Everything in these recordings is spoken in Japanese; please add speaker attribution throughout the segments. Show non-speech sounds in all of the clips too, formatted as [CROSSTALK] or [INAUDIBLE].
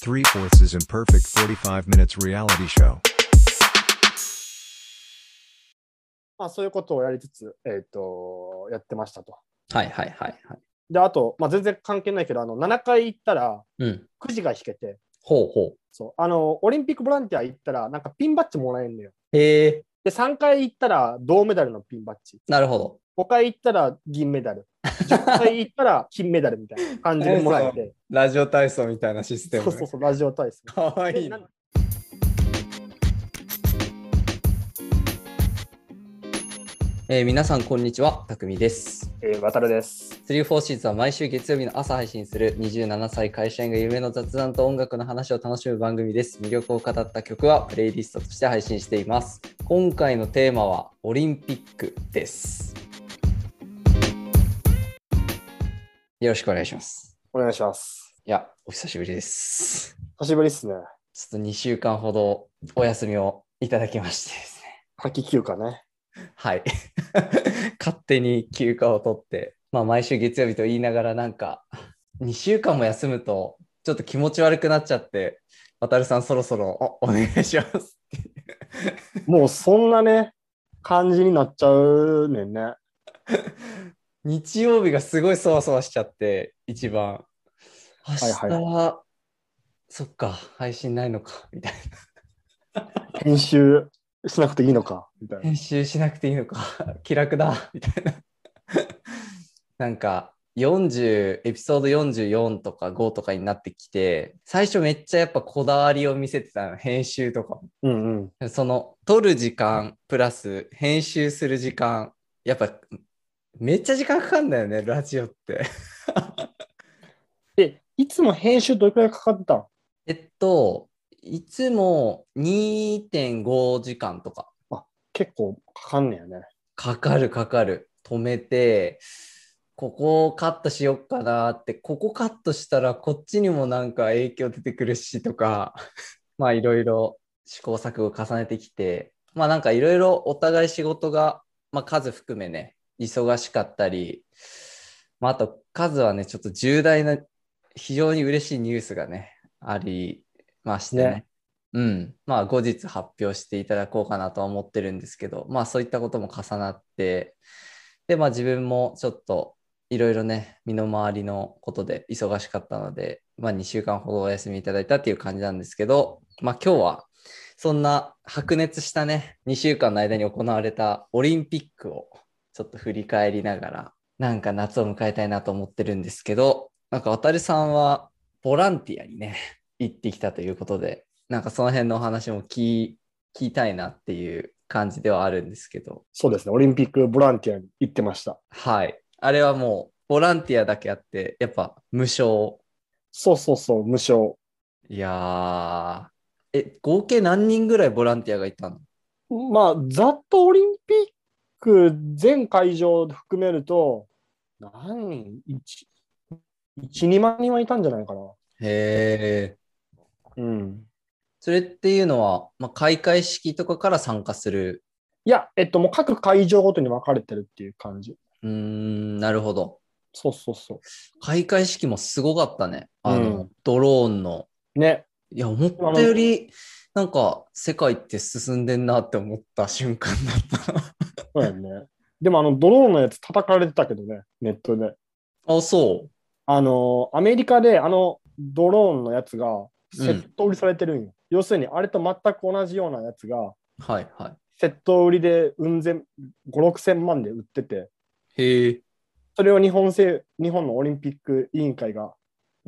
Speaker 1: Three Fourths is Imperfect 45 Minutes Reality Show.
Speaker 2: まあ、そういうことをやりつつ、えっ、と、やってましたと。
Speaker 3: はいはいはいはい。
Speaker 2: で、あと、まあ、全然関係ないけど、あの、7回行ったら、
Speaker 3: うん。
Speaker 2: くじが引けて、
Speaker 3: ほうほ
Speaker 2: そう、あの、オリンピックボランティア行ったら、なんかピンバッジもらえるのよ。
Speaker 3: う。へえ
Speaker 2: で、3回行ったら、銅メダルのピンバッジ。
Speaker 3: なるほ
Speaker 2: 5回行ったら、銀メダル。10回行ったら、 [LAUGHS] 金メダルみたいな感じでもらえて、
Speaker 3: ど。ラジオ体操みたいなシステ
Speaker 2: そうそうそう、ラジオ体操。
Speaker 3: かわ
Speaker 2: で
Speaker 3: いい
Speaker 2: な
Speaker 3: な。
Speaker 2: ん
Speaker 3: えー皆さん、こんにちは。たくみです。
Speaker 2: えー、渡るです。
Speaker 3: 3 4シーズは毎週月曜日の朝配信する27歳会社員が夢の雑談と音楽の話を楽しむ番組です。魅力を語った曲はプレイリストとして配信しています。今回のテーマはオリンピックです。よろしくお願いします。
Speaker 2: お願いします。
Speaker 3: いや、お久しぶりです。
Speaker 2: 久しぶりっすね。
Speaker 3: ちょっと2週間ほどお休みをいただきましてです
Speaker 2: 夏季休暇ね。
Speaker 3: ね。はい。 [LAUGHS] 勝手に休暇を取って、まあ毎週月曜日と言いながらなんか、2週間も休むとちょっと気持ち悪くなっちゃって、渡るさんそろそろおお願いします。
Speaker 2: もうそんなね、感じになっちゃうねんね。
Speaker 3: 日曜日がすごいそわそわしちゃって、一番。明日は、
Speaker 2: はいはい
Speaker 3: そっか、配信ないのか、みたいな。
Speaker 2: 編集しなくていいのか、みたいな。
Speaker 3: 編集しなくていいのか気楽だみたいななんか40エピソード44とか5とかになってきて最初めっちゃやっぱこだわりを見せてたの編集とかも
Speaker 2: うんうん。
Speaker 3: その撮る時間プラス編集する時間やっぱめっちゃ時間かかんだよねラジオって
Speaker 2: で、いつも編集どれくらいかかってたん
Speaker 3: えっといつも2.5時間とか
Speaker 2: 結構かかんねやね。
Speaker 3: かかるかかる。止めて、ここをカットしよっかなって、ここカットしたらこっちにもなんか影響出てくるしとか、 [LAUGHS] まあいろいろ試行錯誤を重ねてきて、まあなんかいろいろお互い仕事が、まあ数含めね、忙しかったり、まああと数はね、ちょっと重大な、非常に嬉しいニュースがね、ありましてね。
Speaker 2: ね
Speaker 3: うん、まあ後日発表していただこうかなとは思ってるんですけど、まあそういったことも重なって、で、まあ自分もちょっといろいろね、身の回りのことで忙しかったので、まあ2週間ほどお休みいただいたっていう感じなんですけど、まあ今日はそんな白熱したね、2週間の間に行われたオリンピックをちょっと振り返りながら、なんか夏を迎えたいなと思ってるんですけど、なんか渡さんはボランティアにね、行ってきたということで、なんかその辺のお話も聞聞きたいなっていう感じではあるんですけど、
Speaker 2: そうですね。オリンピックボランティアに行ってました。
Speaker 3: はい。あれはもうボランティアだけあって、やっぱ無償。
Speaker 2: そうそうそう、無償。
Speaker 3: いやー、え、合計何人ぐらいボランティアがいたの
Speaker 2: まあ、ざっとオリンピック全会場含めると、何人 ?1、2万人はいたんじゃないかな。
Speaker 3: へえ。
Speaker 2: うん。
Speaker 3: それっていうのは、まあ、開会式とかから参加する。
Speaker 2: いや、えっと、もう各会場ごとに分かれてるっていう感じ。
Speaker 3: うーん、なるほど。
Speaker 2: そうそうそ
Speaker 3: 開会式もすごかったね。あの、
Speaker 2: う
Speaker 3: ドローンの。
Speaker 2: う。ね。
Speaker 3: いや、思ったより、なんか、世界って進んでんなって思った瞬間だったな。
Speaker 2: そうやんね。でも、あの、ドローンのやつ叩かれてたけどね、ネットで。
Speaker 3: [LAUGHS] あ、そう。
Speaker 2: あの、アメリカで、あの、ドローンのやつが、セット売りされてるんよ。要するに、あれと全く同じようなやつが、
Speaker 3: はいは
Speaker 2: セット売りで、うんぜん、5、6千万で売ってて、
Speaker 3: い。へえ。
Speaker 2: それを日本政、日本のオリンピック委員会が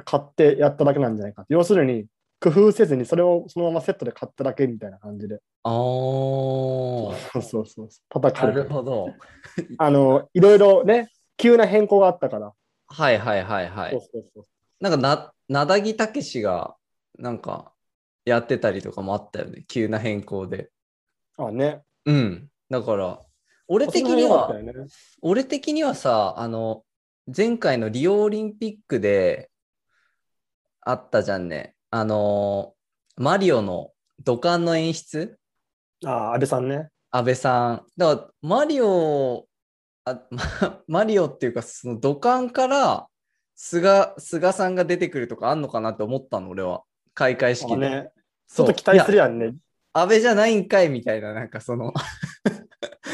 Speaker 2: 買ってやっただけなんじゃないかって。要するに、工夫せずに、それをそのままセットで買っただけみたいな感じで。
Speaker 3: あー。
Speaker 2: そうそうそう。叩か
Speaker 3: な
Speaker 2: れて
Speaker 3: るほど。
Speaker 2: あの、いろいろね、急な変更があったから。
Speaker 3: はいはいはいは
Speaker 2: そう
Speaker 3: い。
Speaker 2: そうそう。
Speaker 3: なんかな、なだぎたけしが、なんか、やってたりとかもあったよね。急な変更で。
Speaker 2: あ、ね。
Speaker 3: うん。だから、俺的に
Speaker 2: その辺良か
Speaker 3: は
Speaker 2: った、よね
Speaker 3: 俺的にはさ、あの、前回のリオオリンピックであったじゃんね。あの、マリオの土管の演出
Speaker 2: あ、安倍さんね。
Speaker 3: 安倍さん。だから、マリオ、あま [LAUGHS] マリオっていうか、その土管から菅、菅さんが出てくるとかあんのかなって思ったの、俺は。開会式
Speaker 2: あ
Speaker 3: で。
Speaker 2: ね、ち
Speaker 3: そ
Speaker 2: ょ
Speaker 3: う
Speaker 2: っと期待する
Speaker 3: いや
Speaker 2: やんね。
Speaker 3: 安倍じゃないんかいみたいな、なんかその、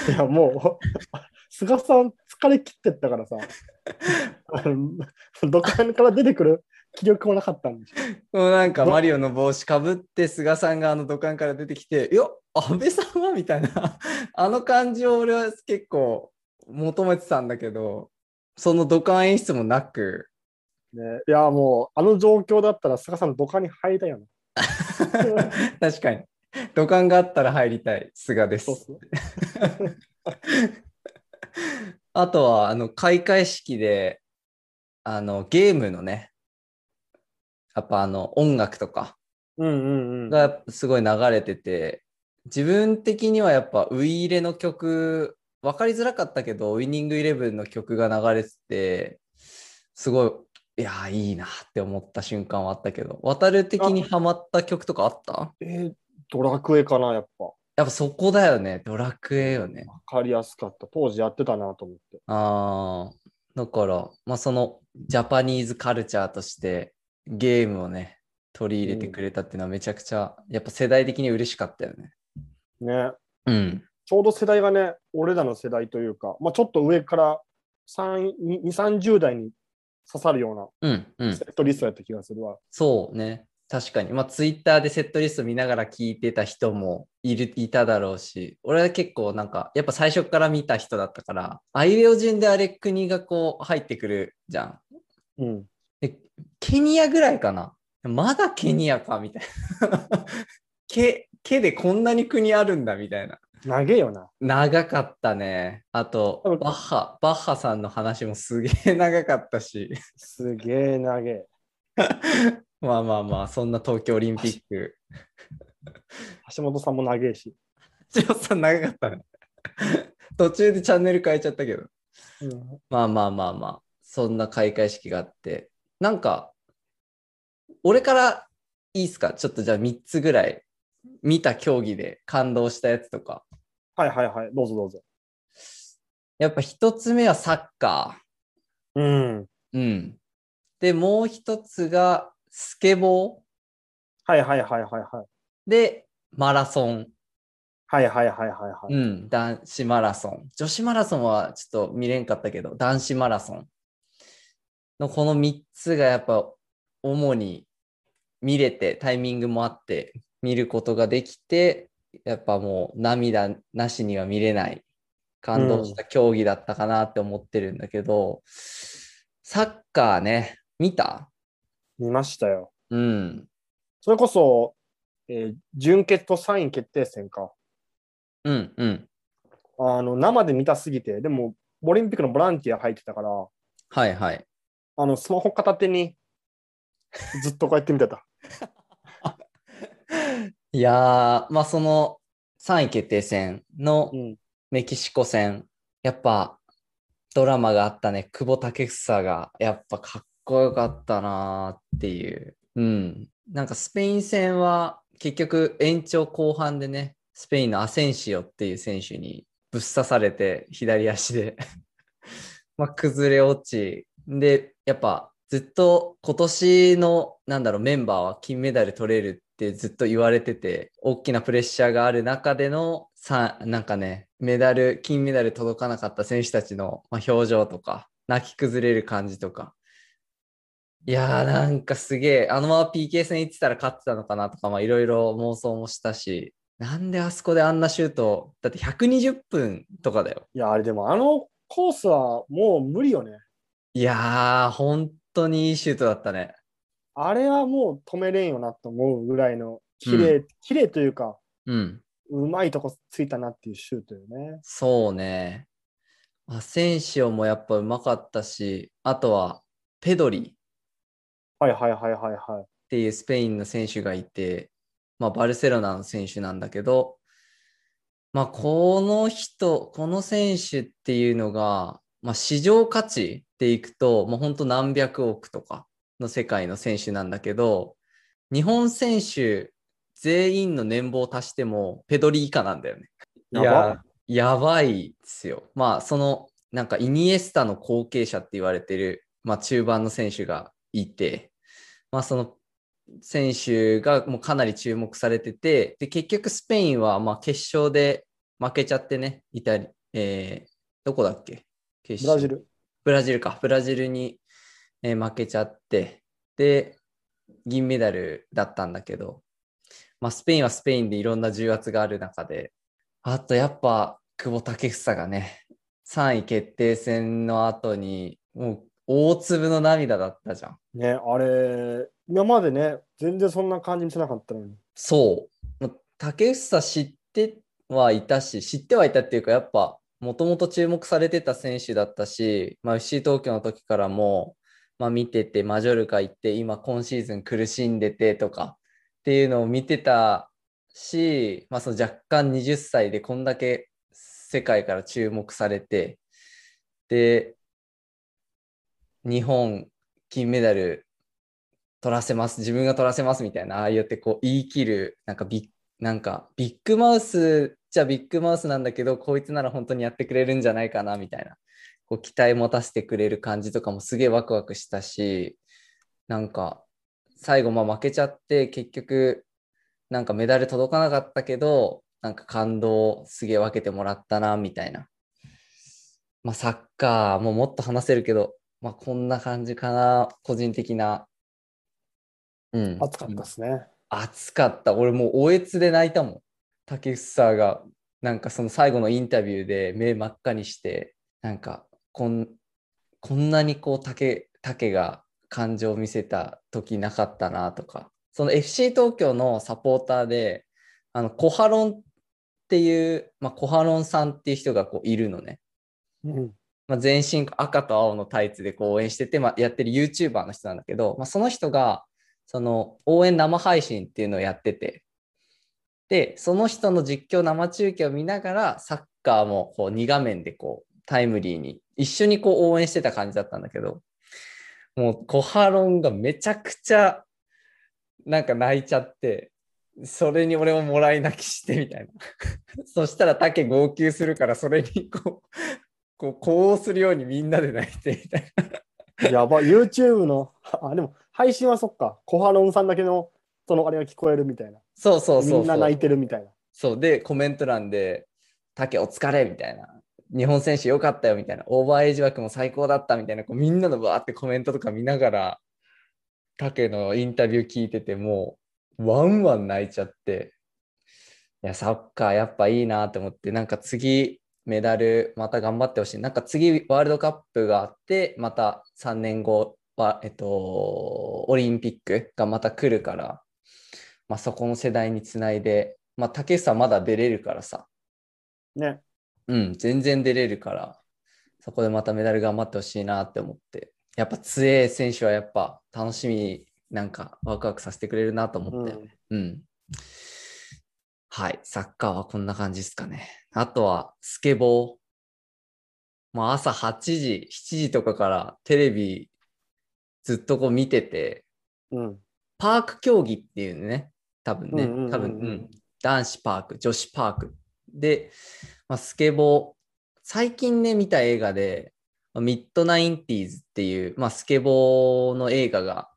Speaker 2: いや、もう、
Speaker 3: [LAUGHS]
Speaker 2: 菅さん、疲れ切ってったからさ、あのどこから出てくる気力もなかったんでしょ。
Speaker 3: もうなんかマリオの帽子かぶって、菅さんがあの土管から出てきて、よっ、安倍さんはみたいな、 [LAUGHS] あの感じを俺は結構求めてたんだけど、その土管演出も
Speaker 2: [LAUGHS]
Speaker 3: なく、
Speaker 2: ね、いや、もう、あの状況だったら、菅さん、どかに入りたい
Speaker 3: [LAUGHS]
Speaker 2: よね。
Speaker 3: 確かに、土管があったら入りたい、菅です。
Speaker 2: そうそう。
Speaker 3: あとは、あの、開会式で、あの、ゲームのね、やっぱあの、音楽とか
Speaker 2: うんうんうん。
Speaker 3: がやっぱすごい流れてて、自分的にはやっぱ、ウイイレの曲、分かりづらかったけど、ウイニングイレブンの曲が流れてて、すごい、いやー、いいなって思った瞬間はあったけど、渡る的にハマった曲とかあった
Speaker 2: えードラクエかな、やっぱ。わ
Speaker 3: やっぱそこだよね、ドラクエよね。
Speaker 2: かりやすかった。当時やってたなと思って。
Speaker 3: ああ、だから、まあ、そのジャパニーズカルチャーとしてゲームをね、取り入れてくれたっていうのはめちゃくちゃ、やっぱ世代的に嬉しかったよね。
Speaker 2: ね。
Speaker 3: うん。
Speaker 2: ちょうど世代がね、俺らの世代というか、まあ、ちょっと上から3 2、30代に刺さるよう
Speaker 3: うん、う
Speaker 2: なセ
Speaker 3: ん。
Speaker 2: ットリストやった気がするわ。
Speaker 3: そうね。確かに。まあ、ツイッターでセットリスト見ながら聞いてた人もいる、いただろうし、俺は結構なんか、やっぱ最初から見た人だったから、あいうえお順であれ国がこう入ってくるじゃん。
Speaker 2: うん。
Speaker 3: で、ケニアぐらいかな。まだケニアか、みたいな。 [LAUGHS] ケ、ケでこんなに国あるんだ、みたいな。
Speaker 2: 長えよな。
Speaker 3: 長かったね。あと
Speaker 2: 多分、
Speaker 3: バッハ、バッハさんの話もすげえ長かったし。
Speaker 2: すげえ長え。
Speaker 3: まあまあまあ、そんな東京オリンピック。
Speaker 2: 橋本さんも長えし。
Speaker 3: 千代さん長かったね。 [LAUGHS] 途中でチャンネル変えちゃったけど。
Speaker 2: うん、
Speaker 3: まあまあまあまあ、そんな開会式があって、なんか、俺からいいっすか、ちょっとじゃあ3つぐらい見た競技で感動したやつとか。
Speaker 2: はいはいはい。どうぞどうぞ。
Speaker 3: やっぱ1つ目はサッカ
Speaker 2: うん。
Speaker 3: ー。うん。で、もう1つがスケボ
Speaker 2: はいはいはいはいはい。
Speaker 3: ーでマラソン。
Speaker 2: はいはいはいはいはい。
Speaker 3: うん、男子マラソン。女子マラソンはちょっと見れんかったけど、男子マラソンのこの3つがやっぱ主に見れて、タイミングもあって、見ることができて、やっぱもう涙なしには見れない、感動した競技だったかなって思ってるんだけど、サッカーね、見た
Speaker 2: 見ましたよ。
Speaker 3: うん。
Speaker 2: それこそ、えー準決と3位決定戦か。
Speaker 3: うんうん。
Speaker 2: あの、生で見たすぎて、でも、オリンピックのボランティア入ってたから、
Speaker 3: はいはい。
Speaker 2: あの、スマホ片手に、ずっとこうやって見てた。
Speaker 3: いやー、まあその3位決定戦の
Speaker 2: [LAUGHS] うん。
Speaker 3: メキシコ戦、やっぱドラマがあったね、久保建英がやっぱかっこよかったなーっていう。うん。なんかスペイン戦は結局延長後半でね、スペインのアセンシオっていう選手にぶっ刺されて左足でまあ崩れ落ち。で、やっぱずっと今年のなんだろうメンバーは金メダル取れるってずっと言われてて、大きなプレッシャーがある中での、さなんかね、メダル、金メダル届かなかった選手たちのまあ表情とか、泣き崩れる感じとか。いやーなんかすげえ、あのまま PK 戦行ってたら勝ってたのかなとか、まあいろいろ妄想もしたし、なんであそこであんなシュート、だって120分とかだよ。
Speaker 2: いや、あれでも、あのコースはもう無理よね。
Speaker 3: いやー、本当にいいシュートだったね。
Speaker 2: あれはもう止めれんよなと思うぐらいの、綺麗、綺麗というか、
Speaker 3: うん。
Speaker 2: うまいとこついたなっていうシュートよね。
Speaker 3: そうね。アセンシオもやっぱうまかったし、あとはペドリっ
Speaker 2: はいはいはいはいはい。
Speaker 3: ていうスペインの選手がいて、まあ、バルセロナの選手なんだけど、まあ、この人、この選手っていうのが、まあ、市場価値でいくと、もう本当何百億とかの世界の選手なんだけど、日本選手全員の年俸を足しても、ペドリ以下なんだよね。い
Speaker 2: やば
Speaker 3: や、やばいですよ。まあ、その、なんか、イニエスタの後継者って言われてる、まあ、中盤の選手がいて、まあ、その、選手がもうかなり注目されてて、で結局スペインはまあ決勝で負けちゃってね、イタリえーどこだっけ決
Speaker 2: ブラ
Speaker 3: 勝
Speaker 2: ジル。
Speaker 3: ブラジルか、ブラジルに、えー負けちゃって、で、銀メダルだったんだけど、まあ、スペインはスペインでいろんな重圧がある中で、あとやっぱ久保建英がね、3位決定戦の後に、もう大粒の涙だったじゃん。
Speaker 2: ね、あれ、今までね、全然そんな感じ見せなかったのに。
Speaker 3: そう。もう竹房知ってはいたし、知ってはいたっていうか、やっぱ、もともと注目されてた選手だったし、まあ、FC 東京の時からも、まあ、見てて、マジョルカ行って、今、今シーズン苦しんでてとかっていうのを見てたし、まあ、その若干20歳でこんだけ世界から注目されて、で、日本金メダル取らせます自分が取らせますみたいなああやってこう言い切るなんかビッなんかビッグマウスじゃビッグマウスなんだけどこいつなら本当にやってくれるんじゃないかなみたいなこう期待持たせてくれる感じとかもすげえワクワクしたしなんか最後まあ負けちゃって結局なんかメダル届かなかったけどなんか感動すげえ分けてもらったなみたいなまあサッカーももっと話せるけどまあこんな感じかな個人的なうん
Speaker 2: 熱かったですね。
Speaker 3: 暑かった。俺もうおえつで泣いたもん。竹内さんが、なんかその最後のインタビューで目真っ赤にして、なんかこんこんなにこう竹竹が感情を見せた時なかったなとか、その FC 東京のサポーターで、あのコハロンっていう、まあ、コハロンさんっていう人がこういるのね。
Speaker 2: うん。
Speaker 3: まあ、全身赤と青のタイツでこう応援してて、まあ、やってる YouTuber の人なんだけど、まあ、その人がその応援生配信っていうのをやっててでその人の実況生中継を見ながらサッカーもこう2画面でこうタイムリーに一緒にこう応援してた感じだったんだけどもうコハロンがめちゃくちゃなんか泣いちゃってそれに俺ももらい泣きしてみたいな [LAUGHS] そしたらタケ号泣するからそれにこうこう、呼応するようにみんなで泣いてみたいな。
Speaker 2: やば、YouTube の、 [LAUGHS] あ、でも、配信はそっか、コハロンさんだけの、そのあれが聞こえるみたいな。
Speaker 3: そうそうそうそう。
Speaker 2: みんな泣いてるみたいな。
Speaker 3: そうで、コメント欄で、タケお疲れみたいな。日本選手良かったよみたいな。オーバーエイジ枠も最高だったみたいな。こうみんなのわーってコメントとか見ながら、タケのインタビュー聞いてて、もう、ワンワン泣いちゃって。いや、サッカーやっぱいいなと思って、なんか次、メダルまた頑張ってほしい。なんか次、ワールドカップがあって、また3年後は、えっと、オリンピックがまた来るから、まあ、そこの世代につないで、まあ、竹内さんまだ出れるからさ、
Speaker 2: ね。
Speaker 3: うん、全然出れるから、そこでまたメダル頑張ってほしいなって思って、やっぱ強い選手はやっぱ楽しみ、なんかワクワクさせてくれるなと
Speaker 2: う
Speaker 3: 思って、
Speaker 2: ん。
Speaker 3: うん。はい、サッカーはこんな感じですかね。あとは、スケボー。まあ、朝8時、7時とかからテレビずっとこう見てて、
Speaker 2: うん。
Speaker 3: パーク競技っていうね、多分
Speaker 2: うんうんうんう
Speaker 3: ね、
Speaker 2: ん
Speaker 3: 多分、うん、男子パーク、女子パーク。で、まあ、スケボー。最近ね、見た映画で、まあミッドナインティーズっていう、まあ、スケボーの映画が、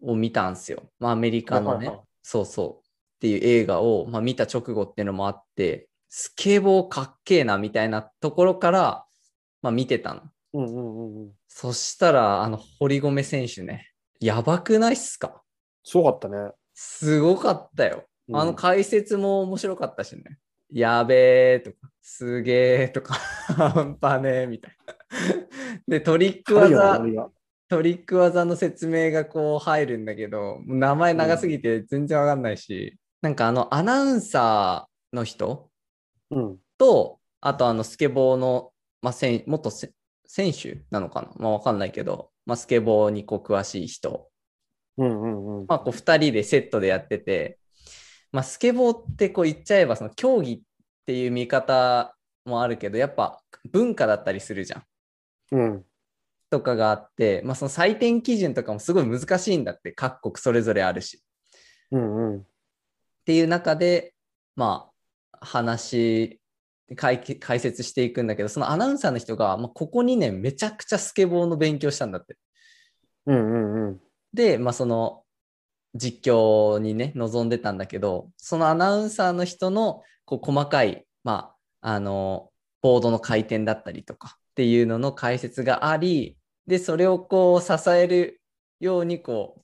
Speaker 3: を見たんですよ。まあ、アメリカの
Speaker 2: はい
Speaker 3: ね
Speaker 2: はいはい、
Speaker 3: そうそう。っていう映画を、まあ、見た直後っていうのもあって、スケボーかっけえな、みたいなところから、まあ、見てたの。
Speaker 2: うんうんうんうん。
Speaker 3: そしたら、あの、堀米選手ね、やばくないっすか
Speaker 2: すごかったね。
Speaker 3: すごかったよ。
Speaker 2: うん
Speaker 3: あの解説も面白かったしね。やべえとか、すげえとか、 [LAUGHS] 半端ねえみたいな。で、トリック
Speaker 2: 太陽の
Speaker 3: 技、
Speaker 2: 森が
Speaker 3: トリック技の説明がこう入るんだけど、名前長すぎて全然わかんないし、なんかあのアナウンサーの人
Speaker 2: うん。
Speaker 3: と、あとあのスケボーの、まあ、選元せ選手なのかなまあわかんないけど、まあ、スケボーにこう詳しい人
Speaker 2: うんうんうん。
Speaker 3: まあ、こう2人でセットでやってて、まあ、スケボーってこう言っちゃえばその競技っていう見方もあるけどやっぱ文化だったりするじゃん
Speaker 2: うん。
Speaker 3: とかがあって、まあ、その採点基準とかもすごい難しいんだって各国それぞれあるし。
Speaker 2: うんうん。
Speaker 3: っていう中で、まあ、話解き解説していくんだけどそのアナウンサーの人が、まあ、ここ2年めちゃくちゃスケボーの勉強したんだって。
Speaker 2: うんうんうん。
Speaker 3: で、まあ、その実況にね、臨んでたんだけど、そのアナウンサーの人のこう細かい、まあ、あの、ボードの回転だったりとかっていうのの解説があり、で、それをこう支えるように、こう、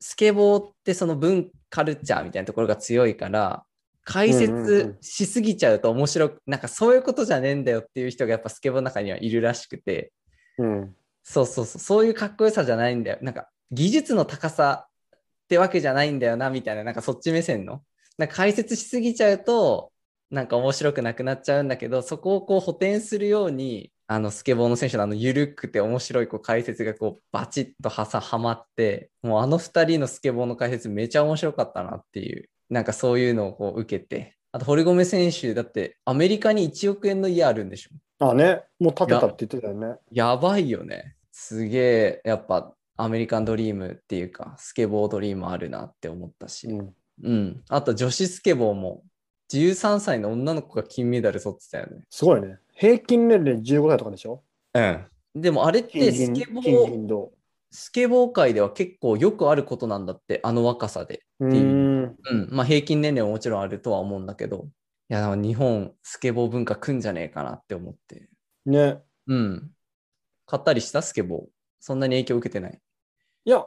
Speaker 3: スケボーってその文、カルチャーみたいなところが強いから、解
Speaker 2: うんうんう
Speaker 3: 説
Speaker 2: ん
Speaker 3: しすぎちゃうと面白く、なんかそういうことじゃねえんだよっていう人がやっぱスケボーの中にはいるらしくて、
Speaker 2: うん。
Speaker 3: そうそうそう、そういうかっこよさじゃないんだよ。なんか技術の高さってわけじゃないんだよな、みたいな、なんかそっち目線の。なんか解説しすぎちゃうと、なんか面白くなくなっちゃうんだけど、そこをこう補填するように、あのスケボーの選手のあの緩くて面白いこう解説がこうバチッとはさはまって、もうあの2人のスケボーの解説めちゃ面白かったなっていう、なんかそういうのをこう受けて、あと堀米選手だってアメリカに1億円の家あるんでしょ
Speaker 2: あね、もう立てたって言ってたよね。
Speaker 3: やばいよね。すげえ、やっぱアメリカンドリームっていうか、スケボードリームあるなって思ったし、うん。
Speaker 2: うん
Speaker 3: あと女子スケボーも、13歳の女の子が金メダル取ってたよね。
Speaker 2: すごいね。平均年齢15歳とかでしょ
Speaker 3: うん。でもあれって
Speaker 2: 金
Speaker 3: ス
Speaker 2: 銀
Speaker 3: ケボ
Speaker 2: 金
Speaker 3: ー、
Speaker 2: 銀銅。
Speaker 3: スケボー界では結構よくあることなんだって、あの若さで。
Speaker 2: う
Speaker 3: いう
Speaker 2: ーん。
Speaker 3: うん。まあ平均年齢ももちろんあるとは思うんだけど、いや、なんか日本スケボー文化来んじゃねえかなって思って。
Speaker 2: ね。
Speaker 3: うん。買ったりしたスケボー。そんなに影響受けてない。
Speaker 2: いや、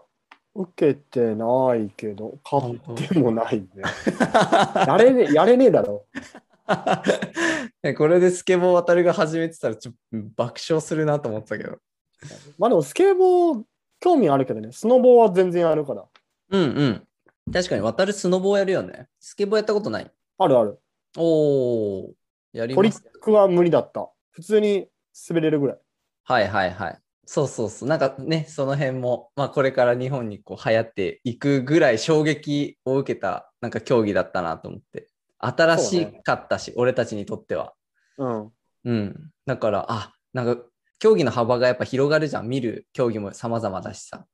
Speaker 2: 受けてないけど、買ってもないね。やれねやれねえだろ。
Speaker 3: [LAUGHS] ねこれでスケボー渡るが始めてたらちょっと爆笑するなと思ってたけど。
Speaker 2: まあでもスケボー、興味あるけどね、スノボーは全然やるから。
Speaker 3: うんうん。確かに渡るスノボーやるよね。スケボーやったことない。
Speaker 2: あるある。
Speaker 3: おお。やり
Speaker 2: トリ
Speaker 3: ま
Speaker 2: ッ
Speaker 3: す。
Speaker 2: クは無理だった。普通に滑れるぐらい。
Speaker 3: はいはいはい。そうそうそう。なんかね、その辺も、まあこれから日本にこう流行っていくぐらい衝撃を受けた、なんか競技だったなと思って。新しかったし、俺たちにとっては。
Speaker 2: うん。
Speaker 3: うん。だから、あ、なんか競技の幅がやっぱ広がるじゃん。見る競技も様々だしさ。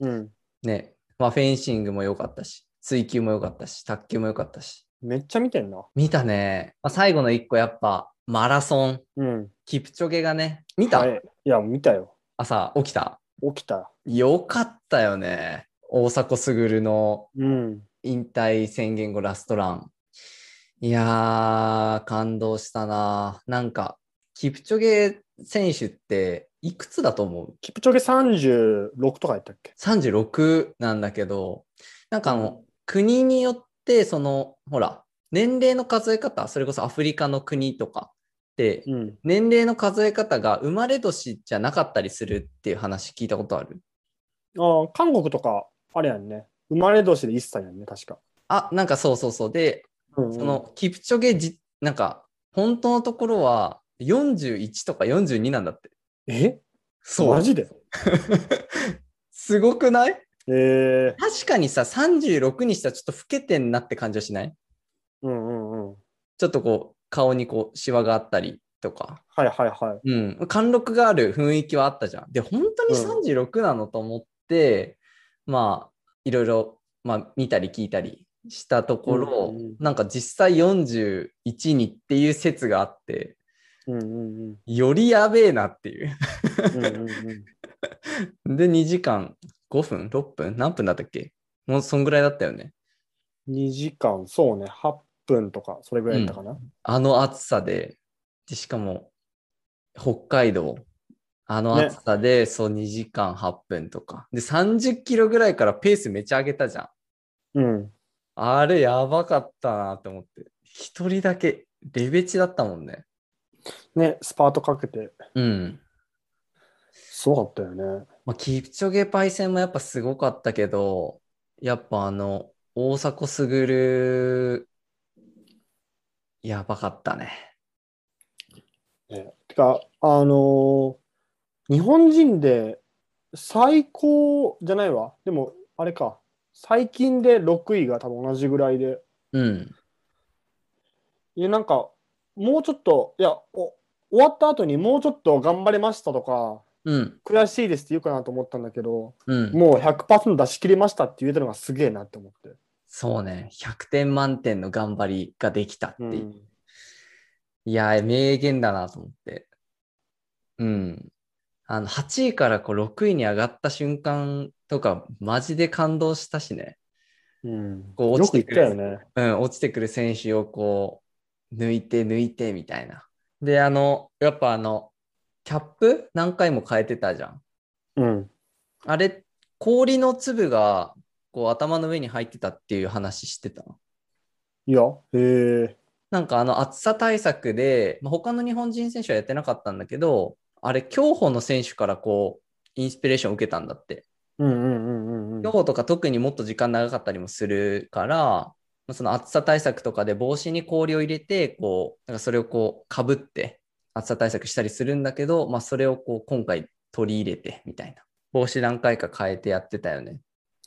Speaker 2: うん。
Speaker 3: ね、まあ、フェンシングも良かったし、追球も良かったし、卓球も良かったし。
Speaker 2: めっちゃ見てんな。
Speaker 3: 見たね。まあ、最後の一個やっぱ、マラソン、
Speaker 2: うん。
Speaker 3: キプチョゲがね、見た、
Speaker 2: はい、いや、見たよ。
Speaker 3: 朝起きた。
Speaker 2: 起きた。
Speaker 3: よかったよね。大迫傑の
Speaker 2: うん。
Speaker 3: 引退宣言後ラストラン。いやー、感動したな。なんか、キプチョゲ選手って、いくつだと思う
Speaker 2: キプチョゲ36とかやったっけ
Speaker 3: ?36 なんだけど、なんかあの、国によってそのほら年齢の数え方それこそアフリカの国とかって
Speaker 2: うん。
Speaker 3: 年齢の数え方が生まれ年じゃなかったりするっていう話聞いたことある
Speaker 2: ああ、韓国とか、あれやんね。生まれ年で1歳やんね、確か。
Speaker 3: あなんかそうそうそうで
Speaker 2: うん、
Speaker 3: そのキプチョゲじなんか本当のところは41とか42なんだって
Speaker 2: え
Speaker 3: そう
Speaker 2: マジで
Speaker 3: すごくない
Speaker 2: ええ
Speaker 3: 確かにさ36にしたらちょっと老けてんなって感じはしない
Speaker 2: うんうんうん。
Speaker 3: ちょっとこう顔にこうシワがあったりとか
Speaker 2: はいはいはい。
Speaker 3: うん、貫禄がある雰囲気はあったじゃん。で、本当に36なのと思って、まあ、いろいろ、まあ、見たり聞いたりしたところ、
Speaker 2: うんうん
Speaker 3: なんか実際41にっていう説があって、
Speaker 2: うんうんうん。
Speaker 3: よりやべえなっていう。 [LAUGHS]
Speaker 2: うんうんうん、
Speaker 3: で、2時間5分 ?6 分何分だったっけもうそんぐらいだったよね。
Speaker 2: 2時間、そうね、8分とか、それぐらいだったかな。
Speaker 3: あの暑さで、でしかも、北海道、あの暑さで、そう2時間8分とか。で、30キロぐらいからペースめちゃ上げたじゃん。
Speaker 2: うん。
Speaker 3: あれやばかったなって思って。一人だけ、レベチだったもんね。
Speaker 2: ね、スパートかけて、
Speaker 3: うん。
Speaker 2: すごかったよね。
Speaker 3: まあ、キプチョゲパイセンもやっぱすごかったけど、やっぱあの、大迫傑、やばかったね。
Speaker 2: てか、あのー日本人で最高じゃないわ。でも、あれか。最近で6位が多分同じぐらいで。
Speaker 3: うん。
Speaker 2: いや、なんか、もうちょっと、いや、お終わった後にもうちょっと頑張れましたとか、
Speaker 3: うん。
Speaker 2: 悔しいですって言うかなと思ったんだけど、
Speaker 3: うん。
Speaker 2: もう100%出し切りましたって言えたのがすげえなって思って。
Speaker 3: そうね。100点満点の頑張りができたって
Speaker 2: う
Speaker 3: いう。
Speaker 2: ん、
Speaker 3: いやー、名言だなと思って。うん。あの、8位からこう6位に上がった瞬間とか、マジで感動したしね。
Speaker 2: うん、
Speaker 3: こう
Speaker 2: よ
Speaker 3: 落ち
Speaker 2: く
Speaker 3: て
Speaker 2: 言った
Speaker 3: くる
Speaker 2: よね。
Speaker 3: うん、落ちてくる選手をこう、抜いて抜いてみたいな。で、あの、やっぱあの、キャップ何回も変えてたじゃん。
Speaker 2: うん。
Speaker 3: あれ、氷の粒がこう頭の上に入ってたっていう話してたの
Speaker 2: いや、へえ。
Speaker 3: なんかあの暑さ対策で、まあ、他の日本人選手はやってなかったんだけど、あれ、競歩の選手からこう、インスピレーションを受けたんだって。
Speaker 2: うんうんうんうんうん
Speaker 3: 競。歩とか特にもっと時間長かったりもするから、まあその暑さ対策とかで帽子に氷を入れて、こう、なんかそれをこう、かぶって暑さ対策したりするんだけど、まあそれをこう、今回取り入れてみたいな。帽子何回か変えてやってたよね。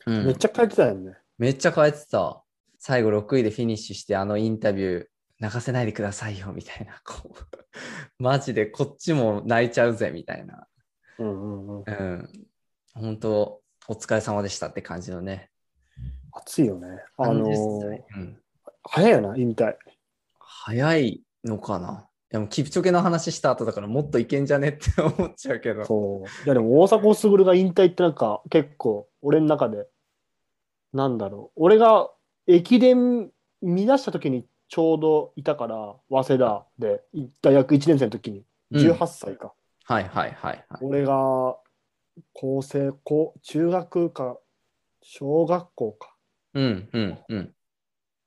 Speaker 3: うん
Speaker 2: めっちゃ書いてたよね。
Speaker 3: めっちゃ変えてた。最後6位でフィニッシュして、あのインタビュー、泣かせないでくださいよ、みたいな。こう [LAUGHS] マジでこっちも泣いちゃうぜ、みたいな。
Speaker 2: うんうんうん。
Speaker 3: うん。本当お疲れ様でしたって感じのね。
Speaker 2: 暑いよね。あの
Speaker 3: 30
Speaker 2: ー
Speaker 3: 歳、うん、
Speaker 2: 早いよな、引退。
Speaker 3: 早いのかな。でも、キプチョケの話した後だから、もっといけんじゃねって思っちゃうけど。
Speaker 2: そう。いやでも大迫傑が引退ってなんか結構俺の中で、なんだろう。俺が駅伝見出した時にちょうどいたから、早稲田で、大学1年生の時に、
Speaker 3: うん
Speaker 2: 18歳か。
Speaker 3: はいはいはいはい。
Speaker 2: 俺が高生、高、中学か、小学校か。
Speaker 3: うんうんうん。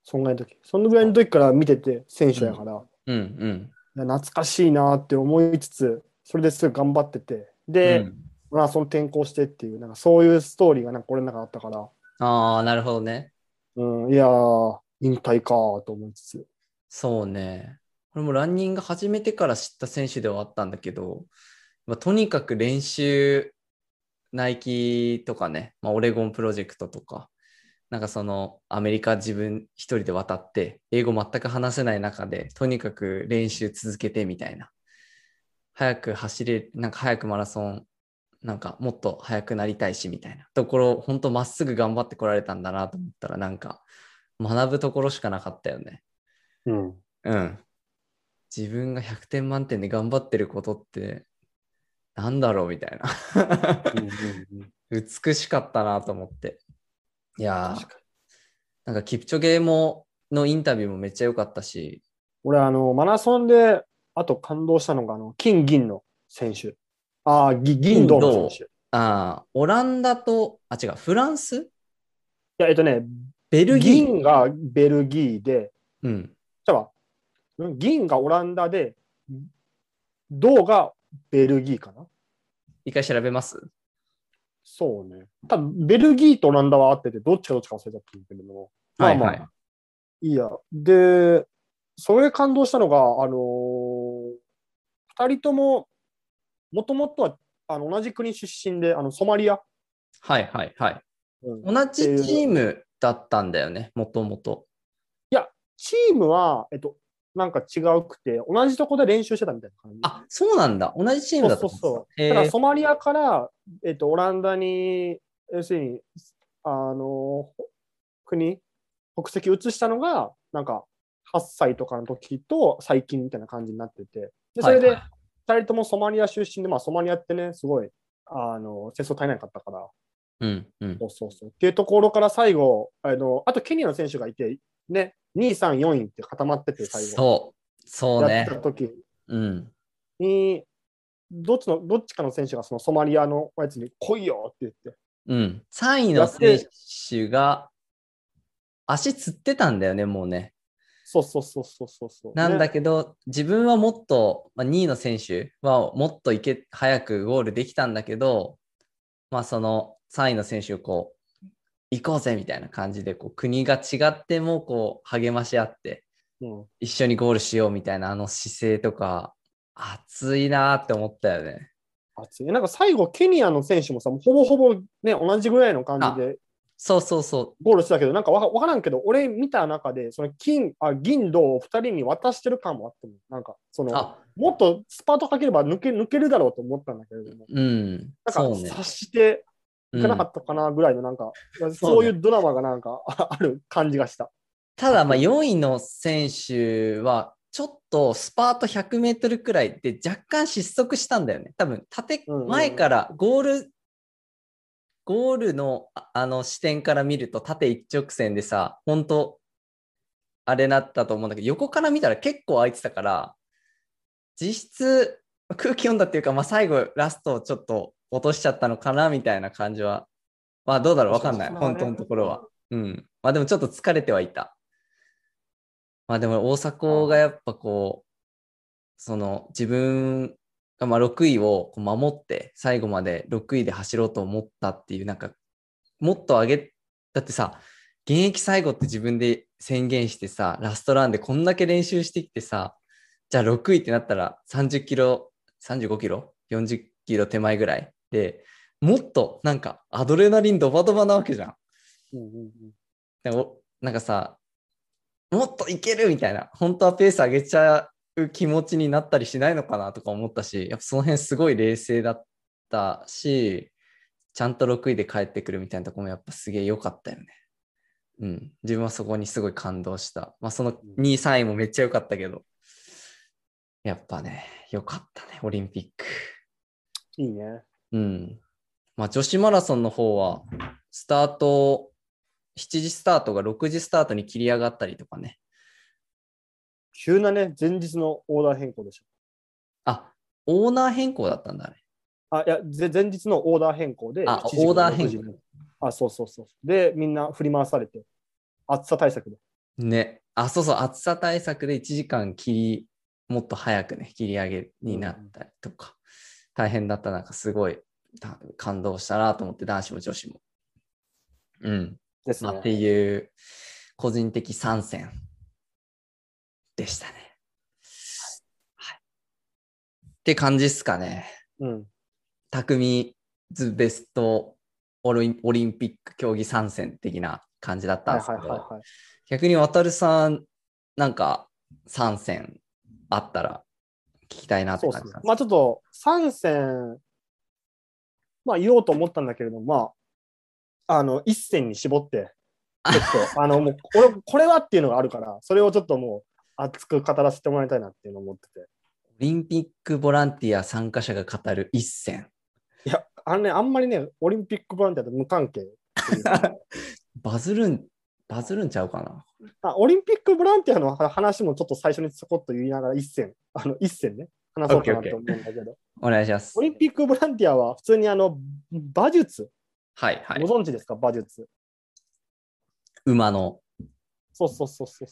Speaker 2: そんぐらいの時。そのぐらいの時から見てて選手やから、い
Speaker 3: うんうん。
Speaker 2: や懐かしいなって思いつつ、それですぐ頑張ってて。で、
Speaker 3: うん、
Speaker 2: マラソン転校してっていう、なんかそういうストーリーがなんか俺の中にあったから、
Speaker 3: ああ、なるほどね。
Speaker 2: うん、いやー、引退かーと思いつつ。
Speaker 3: そうね。これもランニング始めてから知った選手ではあったんだけど、まあ、とにかく練習、ナイキとかね、まあ、オレゴンプロジェクトとか、なんかそのアメリカ自分一人で渡って、英語全く話せない中で、とにかく練習続けてみたいな。早く走れ、なんか早くマラソン、なんかもっと早くなりたいしみたいなところ、本当まっすぐ頑張ってこられたんだなと思ったら、なんか学ぶところしかなかったよね。
Speaker 2: うん。
Speaker 3: うん。自分が100点満点で頑張ってることって、なんだろうみたいな。 [LAUGHS] 美しかったなと思って。いやー
Speaker 2: 確、
Speaker 3: なんかキプチョゲものインタビューもめっちゃ良かったし、
Speaker 2: 俺、あの、マラソンで、あと感動したのが、あの、金、銀の選手。ああ、ぎ銀、銅の選手。い
Speaker 3: あーオランダと、あ、違う、フランス
Speaker 2: や、えっとね、
Speaker 3: ベルギー
Speaker 2: 銀がベルギーで、
Speaker 3: うん。
Speaker 2: じゃあ、うん銀がオランダで、銅がベルギーかな。
Speaker 3: 一回調べます
Speaker 2: そうね。多分ベルギーとオランダは合ってて、どっちかどっちか忘れちゃったんだけども。まあまあ
Speaker 3: はいはい。
Speaker 2: いいや。で、それ感動したのが、あのー二人とも、もともとはあの同じ国出身で、あのソマリア、
Speaker 3: はいはいはい。
Speaker 2: うん
Speaker 3: 同じチームだったんだよね、もともと。
Speaker 2: チームは、えっと、なんか違うくて、同じとこで練習してたみたいな感じ。
Speaker 3: あ、そうなんだ。同じチームだったんですか
Speaker 2: そうそう
Speaker 3: へ
Speaker 2: だから
Speaker 3: ー
Speaker 2: ソマリアから、えっと、オランダに、要するに、あのー国、国籍移したのが、なんか、8歳とかの時と最近みたいな感じになってて、でそれで、
Speaker 3: はいはい
Speaker 2: 二人ともソマリア出身で、まあ、ソマリアってね、すごい、あの、戦争絶えなかったから、
Speaker 3: うんうん
Speaker 2: そうそうそう。っていうところから最後、あの、あとケニアの選手がいて、ね、2位、3位、4位って固まってて、最後。
Speaker 3: そう、そう
Speaker 2: やっ
Speaker 3: ね
Speaker 2: た。時
Speaker 3: うん。
Speaker 2: に、どっちの、どっちかの選手がそのソマリアのやつに来いよって言って、
Speaker 3: うん。3位の選手が、足つってたんだよね、もうね。
Speaker 2: そうそうそうそうそうそう。
Speaker 3: なんだ
Speaker 2: ね
Speaker 3: けど、自分はもっと、まあ、2位の選手はもっといけ早くゴールできたんだけど、まあ、その3位の選手をこう、行こうぜみたいな感じで、こう国が違ってもこう励まし合って、
Speaker 2: うん
Speaker 3: 一緒にゴールしようみたいなあの姿勢とか、熱いなーって思ったよね。
Speaker 2: 熱いなんか最後、ケニアの選手もさ、ほぼほぼね、同じぐらいの感じで
Speaker 3: そうそうそ。
Speaker 2: ゴールしてたけど、なんかわかわからんけど、俺見た中で、その金、あ銀、銅を2人に渡してる感もあってもん、なんか、そうの、
Speaker 3: あ、
Speaker 2: もっとスパートかければ抜け抜けるだろうと思ったんだけれども、
Speaker 3: うん。
Speaker 2: なん
Speaker 3: そう
Speaker 2: か、
Speaker 3: ね。
Speaker 2: 察していかなかったかなぐらいの、なんか、そういうドラマがなんか [LAUGHS] ある感じがした。
Speaker 3: ただ、まあ、4位の選手は、ちょっとスパート100メートルくらいで若干失速したんだよね。多分、縦
Speaker 2: うんうんう、ん
Speaker 3: 前からゴールゴールのああの視点から見ると縦一直線でさ、本当あれなったと思うんだけど、横から見たら結構空いてたから、実質空気読んだっていうか、まあ、最後ラストをちょっと落としちゃったのかなみたいな感じは、まあどうだろう、わかんない、
Speaker 2: そうそう
Speaker 3: 本当のところは。うん。まあでもちょっと疲れてはいた。まあでも大迫がやっぱこう、その自分がまあ6位をこう守って、最後まで6位で走ろうと思ったっていう、なんか、もっと上げ、だってさ、現役最後って自分で宣言してさ、ラストランでこんだけ練習してきてさ、じゃあ6位ってなったら30キロ、35キロ、40キロ手前ぐらいで、もっとなんかアドレナリンドバドバなわけじゃん。
Speaker 2: うんうんうん
Speaker 3: でおなんかさもっといけるみたいな本当はペース上げちゃう気持ちになったりしないのかなとか思ったしやっぱその辺すごい冷静だったしちゃんと6位で帰ってくるみたいなとこもやっぱすげえ良かったよね。うん、自分はそこにすごい感動した。まあ、その2位、3位もめっちゃ良かったけど、やっぱね、良かったね、オリンピック。
Speaker 2: いいね。
Speaker 3: うん。まあ、女子マラソンの方は、スタート、7時スタートが6時スタートに切り上がったりとかね。
Speaker 2: 急なね、前日のオーダー変更でしょ。
Speaker 3: あ、オーナー変更だったんだね。
Speaker 2: あ、いや、ぜ前日のオーダー変更で。
Speaker 3: あ
Speaker 2: 7時から
Speaker 3: オーダー
Speaker 2: 6時
Speaker 3: 変更
Speaker 2: あ、そうそうそう。で、みんな振り回されて、暑さ対策で。
Speaker 3: ね。あ、そうそう、暑さ対策で1時間切り、もっと早くね、切り上げになったりとか、大変だった、なんかすごいた感動したなと思って、男子も女子も。うん。
Speaker 2: です
Speaker 3: ま
Speaker 2: ね。
Speaker 3: あっていう、個人的参戦でしたね。はい。って感じっすかね。
Speaker 2: うん。
Speaker 3: 匠ズベストオリンオリンピック競技参戦的な感じだったん
Speaker 2: はい
Speaker 3: です
Speaker 2: は
Speaker 3: け
Speaker 2: い
Speaker 3: ど、
Speaker 2: はいはい。
Speaker 3: 逆に渡さん、なんか参戦あったら聞きたいなって
Speaker 2: そう
Speaker 3: 感
Speaker 2: です
Speaker 3: じ
Speaker 2: ね
Speaker 3: なん。です
Speaker 2: まあちょっと、3戦、まあ言おうと思ったんだけれども、まあ、あの、1戦に絞
Speaker 3: [LAUGHS]
Speaker 2: って、ちょっと、あの、もう、俺、これはっていうのがあるから、それをちょっともう、熱く語らせてもらいたいなっていうのを思ってて。
Speaker 3: オリンピックボランティア参加者が語る一戦。
Speaker 2: いや、あのね、あんまりね、オリンピックボランティアと無関係っていう
Speaker 3: バズるん、バズるんちゃうかな。
Speaker 2: あオリンピックボランティアの話もちょっと最初にちょこっと言いながら、一戦、あの、一戦ね、話そうかなと思うん
Speaker 3: [LAUGHS]
Speaker 2: だけど、
Speaker 3: お願いします
Speaker 2: オ。リンピックボランティアは普通にあの、馬術、
Speaker 3: はいはい
Speaker 2: ご。存知ですか、馬術。
Speaker 3: 馬の、
Speaker 2: そうそうそうそう。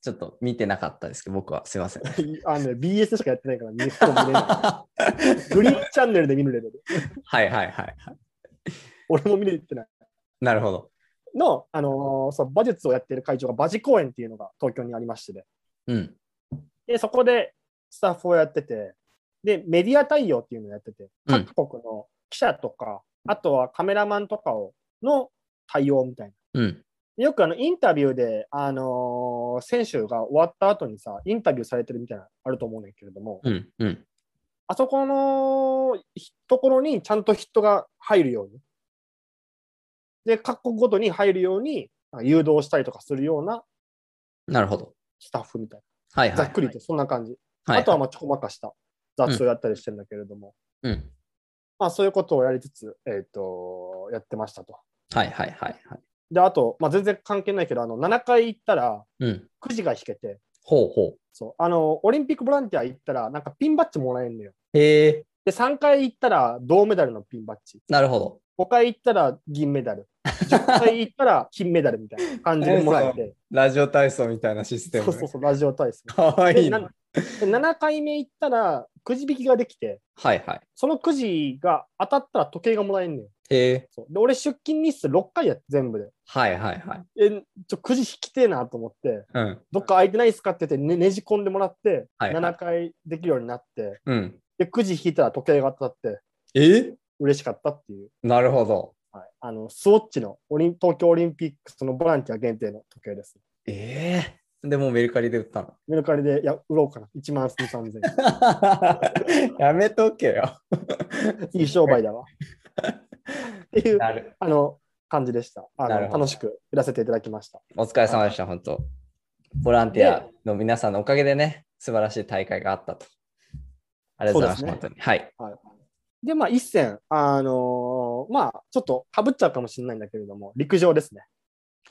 Speaker 3: ちょっと見てなかったですけど、僕はすいま
Speaker 2: [LAUGHS]
Speaker 3: せん。 [LAUGHS]
Speaker 2: あのね、BS でしかやってないから、 [LAUGHS] 日本見れな。
Speaker 3: はい
Speaker 2: グリーンチャンネルで見るレベル。
Speaker 3: いはいはい。
Speaker 2: 俺も見れてない。
Speaker 3: なるほど。
Speaker 2: の、あのーそう、馬術をやってる会場が馬事公園っていうのが東京にありましてね
Speaker 3: うん。
Speaker 2: で、そこでスタッフをやってて、で、メディア対応っていうのをやってて、
Speaker 3: うん
Speaker 2: 各国の記者とか、あとはカメラマンとかをの対応みたいな。
Speaker 3: うん。
Speaker 2: でよくあのインタビューで、あのー選手が終わった後にさ、インタビューされてるみたいなのあると思うんだけれども、
Speaker 3: うん。うん。
Speaker 2: あそこのひところにちゃんと人が入るように。で、各国ごとに入るようにあ誘導したりとかするような
Speaker 3: なるほど。
Speaker 2: スタッフみたい
Speaker 3: はいは
Speaker 2: な。
Speaker 3: い。
Speaker 2: ざっくりとそんな感じ。
Speaker 3: はい。
Speaker 2: あとはまあちょこまかした雑をやったりしてるんだけれども、
Speaker 3: うん。
Speaker 2: まあそういうことをやりつつ、えっ、と、やってましたと。
Speaker 3: はいはいはいはい。
Speaker 2: で、あと、まあ全然関係ないけど、あの、7回行ったら
Speaker 3: うん。
Speaker 2: くじが引けて、
Speaker 3: ほうほ
Speaker 2: そう、あの、オリンピックボランティア行ったらなんかピンバッジもらえるのよ。
Speaker 3: う。へえ。
Speaker 2: で、3回行ったら銅メダルのピンバッジ。
Speaker 3: なるほ
Speaker 2: 5回行ったら銀メダル、10
Speaker 3: [LAUGHS] ど。
Speaker 2: 回行ったら金メダルみたいな感じでもらえて、
Speaker 3: ラジオ体操みたいなシステ
Speaker 2: そうそうそう、ラジオ体操。
Speaker 3: かわ
Speaker 2: で
Speaker 3: いい
Speaker 2: な
Speaker 3: な。
Speaker 2: で7回目行ったらくじ引きができて、
Speaker 3: はいはい。
Speaker 2: そのくじが当たったら時計がもらえんねん。
Speaker 3: へえ。
Speaker 2: そうで、俺出勤日数6回やって、全部で。
Speaker 3: はいはいはい。
Speaker 2: え、ちょ、くじ引きてえなと思って、
Speaker 3: うん。
Speaker 2: どっか空いてないっすかって言ってねねじ込んでもらって、
Speaker 3: はいはい
Speaker 2: 7回できるようになって、
Speaker 3: うん。
Speaker 2: で、くじ引いたら時計が当たって、
Speaker 3: え
Speaker 2: 嬉しかったっていう。
Speaker 3: なるほど。
Speaker 2: はい、あのスウォッチのオリン東京オリンピックそのボランティア限定の時計です。
Speaker 3: ええ。でもうメルカリで
Speaker 2: [LAUGHS]
Speaker 3: 売ったの。
Speaker 2: メルカリでいや売ろうかな。1万2、3千
Speaker 3: やめとけ
Speaker 2: [LAUGHS]
Speaker 3: よ。
Speaker 2: 円。いい商売だわ。っていう、
Speaker 3: なる。
Speaker 2: あの、感じでした。あ
Speaker 3: なる
Speaker 2: の
Speaker 3: ほど
Speaker 2: 楽しくやらせていただきました。
Speaker 3: お疲れ様でした、本当。ボランティアの皆さんのおかげでね、素晴らしい大会があったと。ありがとうございます、
Speaker 2: そうですね
Speaker 3: 本当に。はい。
Speaker 2: で、まあ、一戦、あのーの、まあ、ちょっと被っちゃうかもしれないんだけれども、陸上ですね。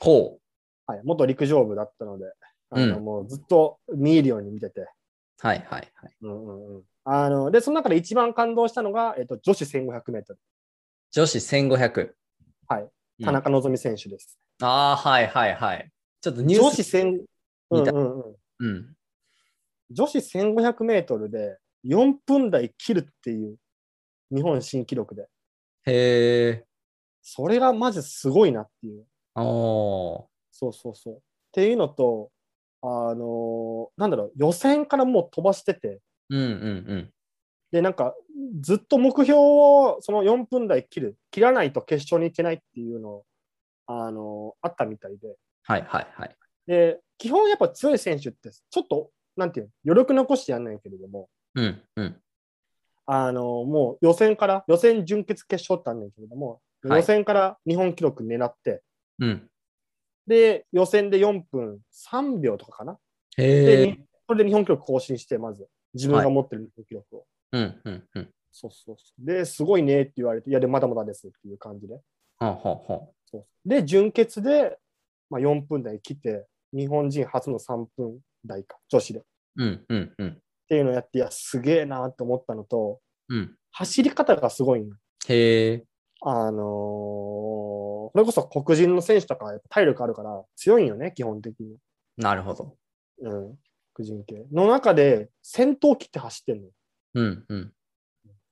Speaker 3: ほ
Speaker 2: はい。元陸上部だったので、あの、
Speaker 3: うん
Speaker 2: もうずっと見えるように見てて。
Speaker 3: う。はいはいはい。
Speaker 2: うんうんうん。あの、で、その中で一番感動したのが、えっと、女子1500メートル。
Speaker 3: 女子1500。うん
Speaker 2: 田中希実選手です。
Speaker 3: ああ、はいはいはい。ちょっとニュ
Speaker 2: 女
Speaker 3: ー
Speaker 2: 子
Speaker 3: ス。
Speaker 2: 千、う
Speaker 3: 見
Speaker 2: ん
Speaker 3: た
Speaker 2: うんうん。
Speaker 3: うん。
Speaker 2: 女子1500メートルで4分台切るっていう日本新記録で、
Speaker 3: へえ。
Speaker 2: それがマジすごいなっていう。
Speaker 3: おお
Speaker 2: そうそうそう。っていうのと、あのーなんだろう、予選からもう飛ばしてて、
Speaker 3: ー。うんうんうん。
Speaker 2: で、なんか、ずっと目標をその4分台切る、切らないと決勝に行けないっていうの、あのーあったみたいで、
Speaker 3: はいはいはい。
Speaker 2: で、基本やっぱ強い選手って、ちょっと、なんていうの、余力残してやんないけれども、
Speaker 3: うんうん。
Speaker 2: あのもう予選から、予選、準決、決勝ってあるんだけれども、
Speaker 3: はい
Speaker 2: 予選から日本記録狙って、
Speaker 3: うん。
Speaker 2: で、予選で4分3秒とかかな。
Speaker 3: へ
Speaker 2: で、
Speaker 3: え
Speaker 2: に。それで日本記録更新して、まず、自分が持ってる日本記録を。
Speaker 3: うんうんうん。
Speaker 2: そうそうそう。で、すごいねって言われて、いや、でもまだまだですっていう感じで。
Speaker 3: ほうほうほ
Speaker 2: そうで、準決で、まあ、4分台来て、日本人初の3分台か、女子で。っ
Speaker 3: う。うんうんうん。
Speaker 2: ていうのをやって、いや、すげえなと思ったのと、
Speaker 3: うん。
Speaker 2: 走り方がすごいの
Speaker 3: へえ。
Speaker 2: あのーそれこそ黒人の選手とか体力あるから強いんよね、基本的に。
Speaker 3: なるほど。
Speaker 2: うん、黒人系。の中で先頭を切って走ってんのよ。
Speaker 3: うんうん。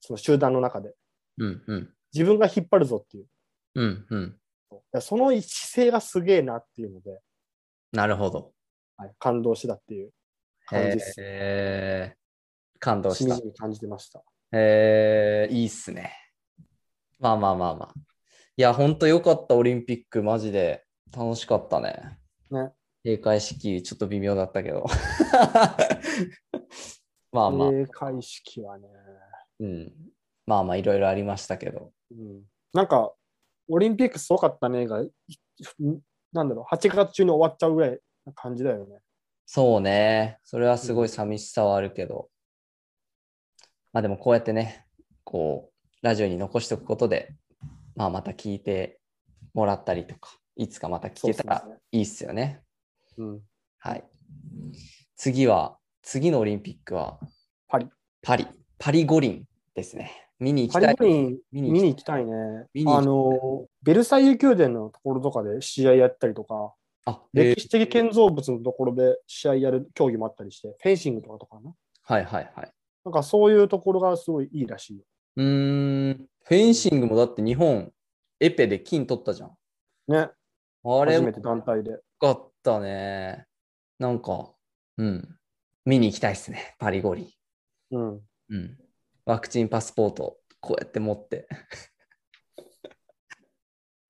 Speaker 2: その集団の中で。
Speaker 3: うんうん。
Speaker 2: 自分が引っ張るぞっていう。
Speaker 3: うんうん。
Speaker 2: いやその姿勢がすげえなっていうので、
Speaker 3: なるほど。
Speaker 2: はい、感動してたっていう感じ
Speaker 3: へ
Speaker 2: です。
Speaker 3: え。感動
Speaker 2: し
Speaker 3: し
Speaker 2: み
Speaker 3: た
Speaker 2: じ。み感じてました。
Speaker 3: えー、いいっすね。まあまあまあまあ。いや、ほんとよかった、オリンピック、マジで。楽しかったね。
Speaker 2: ね
Speaker 3: 閉会式、ちょっと微妙だったけど。
Speaker 2: [LAUGHS]
Speaker 3: まあまあ、
Speaker 2: 閉会式はね、
Speaker 3: うん。まあまあ、いろいろありましたけど。
Speaker 2: うん。なんか、オリンピックすごかったねが、いなんだろう、8月中に終わっちゃうぐらいな感じだよね。
Speaker 3: そうね。それはすごい寂しさはあるけど。まあでも、こうやってね、こう、ラジオに残しておくことで、まあまた聞いてもらったりとか、いつかまた聞けたら
Speaker 2: そうです
Speaker 3: いいっすよね。
Speaker 2: うん。
Speaker 3: はい。次は、次のオリンピックは、
Speaker 2: パリ。
Speaker 3: パリ。パリ五輪ですね。見に行
Speaker 2: パ
Speaker 3: きた
Speaker 2: リ
Speaker 3: い
Speaker 2: 五。輪
Speaker 3: 見
Speaker 2: 見に行
Speaker 3: き
Speaker 2: きたいね。
Speaker 3: 見に行きたい
Speaker 2: あの、ベルサイユ宮殿のところとかで試合やったりとか、
Speaker 3: たい。あ、え
Speaker 2: 歴史的建造物のところで試合やる競技もあったりして、フェンシングとかとかね。
Speaker 3: はいはいはい。
Speaker 2: なんかそういうところがすごいいいらしいよ。
Speaker 3: うーん。フェンシングもだって日本、エペで金取ったじゃん。
Speaker 2: ね。
Speaker 3: あれ、
Speaker 2: 初めて団体で。
Speaker 3: よかったね。なんか、うん。見に行きたいですね。パリ五輪。
Speaker 2: うん。
Speaker 3: うん。ワクチンパスポート、こうやって持って。 [LAUGHS]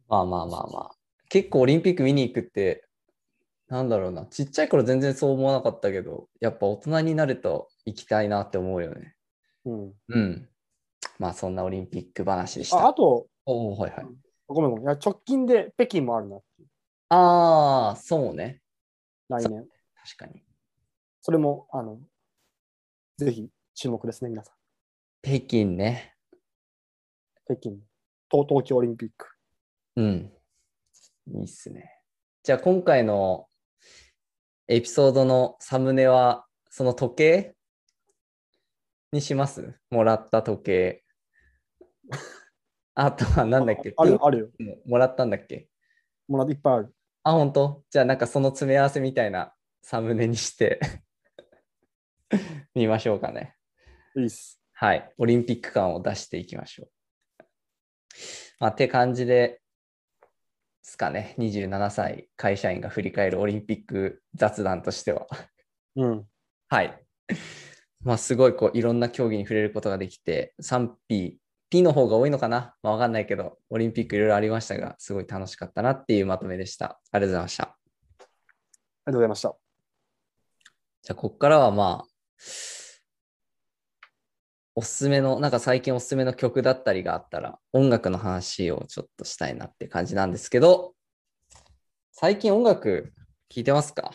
Speaker 3: まあまあまあまあ。結構オリンピック見に行くって、なんだろうな。ちっちゃい頃全然そう思わなかったけど、やっぱ大人になると行きたいなって思うよね。
Speaker 2: うん。
Speaker 3: うん。まあそんなオリンピック話でし
Speaker 2: あ、
Speaker 3: た。
Speaker 2: あと、
Speaker 3: おおはいはい。
Speaker 2: ごめんごめん。いや直近で北京もあるな。
Speaker 3: ああ、そうね。
Speaker 2: 来年。
Speaker 3: 確かに。
Speaker 2: それも、あの、ぜひ注目ですね、皆さん。
Speaker 3: 北京ね。
Speaker 2: 北京。東東京オリンピック。
Speaker 3: うん。いいっすね。じゃあ今回のエピソードのサムネは、その時計にしますもらった時計。 [LAUGHS] あとはなんだっけ
Speaker 2: あある、あるよ。
Speaker 3: ピンもらったんだっけ
Speaker 2: もらっていっぱいある。
Speaker 3: あ、本当じゃあなんかその詰め合わせみたいなサムネにして [LAUGHS] 見ましょうかね。
Speaker 2: いいっす。
Speaker 3: はい。オリンピック感を出していきましょう。まあ、って感じで、すかね。27歳、会社員が振り返るオリンピック雑談としては。
Speaker 2: うん。
Speaker 3: はい。まあ、すごい、こう、いろんな競技に触れることができて、賛否、P の方が多いのかなまあ、わかんないけど、オリンピックいろいろありましたが、すごい楽しかったなっていうまとめでした。ありがとうございました。
Speaker 2: ありがとうございました。
Speaker 3: じゃあ、こっからはまあ、おすすめの、なんか最近おすすめの曲だったりがあったら、音楽の話をちょっとしたいなって感じなんですけど、最近音楽聴いてますか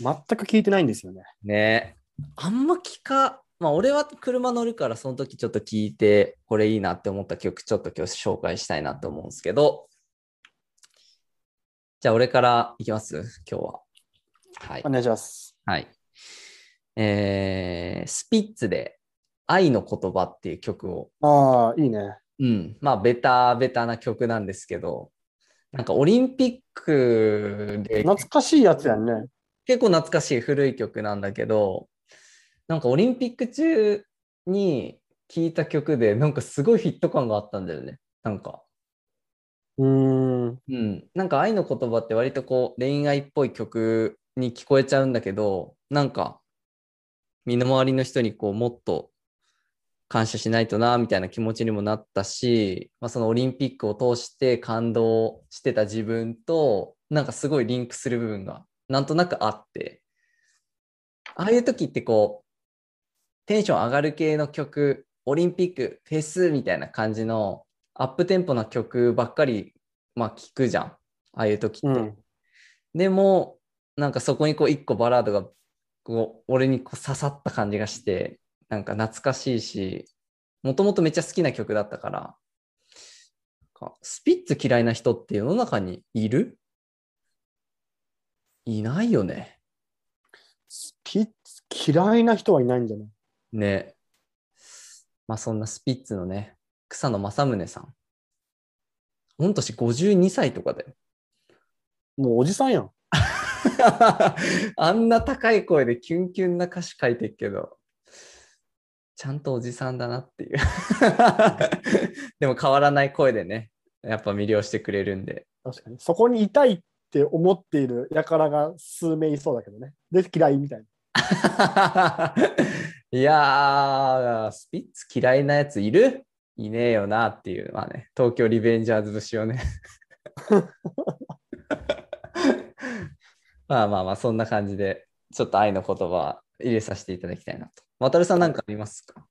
Speaker 2: 全く聞いてないんですよね。
Speaker 3: ねえあんま聞かまあ、俺は車乗るから、その時ちょっと聞いて、これいいなって思った曲、ちょっと今日紹介したいなと思うんですけど、じゃあ、俺からいきます、今日は。はい
Speaker 2: お。願いします。
Speaker 3: はい。えースピッツで、愛の言葉っていう曲を
Speaker 2: ああ、いいね。
Speaker 3: うん、まあベタベタな曲なんですけどなんかオリンピックで
Speaker 2: 懐かしいやつやんね。
Speaker 3: 結構懐かしい古い曲なんだけどなんかオリンピック中に聴いた曲でなんかすごいフィット感があったんだよねなんか、
Speaker 2: うーん。
Speaker 3: うん、なんか愛の言葉って割とこう恋愛っぽい曲に聞こえちゃうんだけどなんか身の回りの人にこうもっと感謝しないとなみたいな気持ちにもなったし、まあ、そのオリンピックを通して感動してた自分となんかすごいリンクする部分がなんとなくあってああいう時ってこうテンション上がる系の曲オリンピックフェスみたいな感じのアップテンポな曲ばっかりまあ聞くじゃんああいう時って。
Speaker 2: うん。
Speaker 3: でも、なんかそこにこう一個バラードがこう俺にこう刺さった感じがして、なんか懐かしいし、もともとめっちゃ好きな曲だったから、なんかスピッツ嫌いな人って世の中にいるいないよね。
Speaker 2: スピッツ、嫌いな人はいないんじゃない
Speaker 3: ね。まあそんなスピッツのね、草野正宗さん。御年52歳とかだよ。
Speaker 2: もうおじさんやん。
Speaker 3: [LAUGHS] あんな高い声でキュンキュンな歌詞書いてるけど、ちゃんとおじさんだなっていう。 [LAUGHS] でも変わらない声でね、やっぱ魅了してくれるんで。 [LAUGHS]
Speaker 2: 確かに。そこにいたいって思っている輩が数名いそうだけどね。で、嫌いみたいな。
Speaker 3: いやー、スピッツ嫌いなやついるいねえよなっていう、まあね、東京リベンジャーズ節をね。 [LAUGHS] まあまあまあ、そんな感じで、ちょっと愛の言葉入れさせていただきたいなと。渡るさんなんかありますか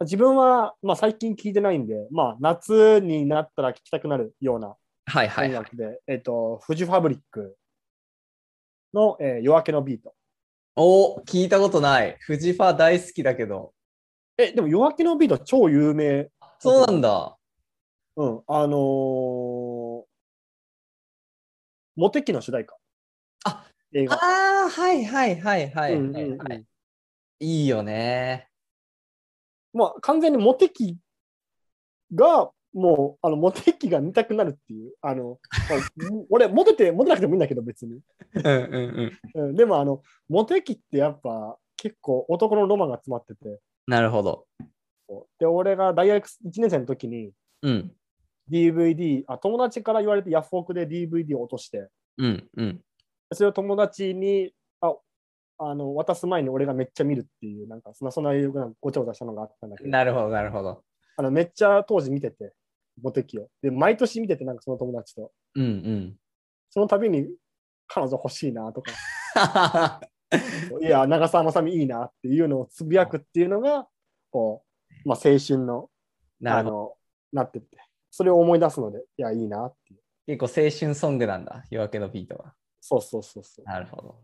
Speaker 2: 自分は、まあ、最近聞いてないんで、まあ、夏になったら聴きたくなるような
Speaker 3: はいはい
Speaker 2: 音
Speaker 3: はい。
Speaker 2: 楽で、えっ、と、フジファブリックの、えー夜明けのビート。
Speaker 3: お聞いたことない。フジファ大好きだけど。
Speaker 2: え、でも夜明けのビート超有名。
Speaker 3: そうなんだ。
Speaker 2: うん。あのーモテキの主題歌。
Speaker 3: あ
Speaker 2: 映画。
Speaker 3: ああ、はいはいはいはい、
Speaker 2: うんうんうん
Speaker 3: はい。いいよね。
Speaker 2: まあ、完全にモテキが、もう、あの、モテキが見たくなるっていう。あの、 [LAUGHS] まあも俺、モテて、モテなくてもいいんだけど、別に。
Speaker 3: うんうんうん。
Speaker 2: うん、でも、あの、モテキってやっぱ、結構男のロマンが詰まってて。
Speaker 3: なるほど。
Speaker 2: こうで、俺が大学1年生の時に、
Speaker 3: うん。
Speaker 2: DVD、あ、友達から言われてヤフオクで DVD を落として、
Speaker 3: うんうん。
Speaker 2: それを友達に、あ、あの、渡す前に俺がめっちゃ見るっていう、なんか、そんな、そんなようなごちゃごちゃしたのがあったんだけど、
Speaker 3: なるほど、なるほど。
Speaker 2: あの、めっちゃ当時見てて、モテキを。で、毎年見てて、なんかその友達と。
Speaker 3: うん [LAUGHS] うん。
Speaker 2: その度に、彼女欲しいな
Speaker 3: [LAUGHS]
Speaker 2: とか、いや、長澤まさみいいなっていうのをつぶやくっていうのが、こう、まあ、青春の、
Speaker 3: な
Speaker 2: あ
Speaker 3: るほど。
Speaker 2: の、なってて、それを思い出すので、いや、いいなっていう。
Speaker 3: 結構青春ソングなんだ、夜明けのビートは。
Speaker 2: そうそうそうそう。
Speaker 3: なるほど。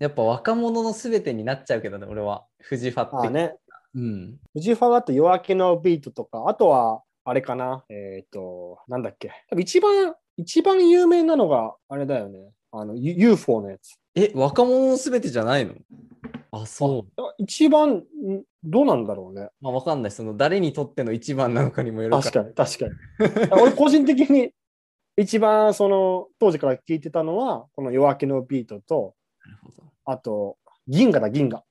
Speaker 3: やっぱ若者のすべてになっちゃうけどね、俺は。フジファっ
Speaker 2: あ
Speaker 3: て。
Speaker 2: あね、
Speaker 3: うん。
Speaker 2: フジファだと夜明けのビートとか、あとは、あれかな、えっ、と、なんだっけ。多分一番、一番有名なのが、あれだよね。あの、U- UFO のやつ。
Speaker 3: え、若者のすべてじゃないのあ、そう。
Speaker 2: 一番、んどうなんだろうね。
Speaker 3: まあ、わかんない。その、誰にとっての一番なのかにもよる
Speaker 2: 確かに、確かに。 [LAUGHS] 俺、個人的に、一番、その、当時から聞いてたのは、この夜明けのビートと、
Speaker 3: なるほど。
Speaker 2: あと、銀河だ、銀河。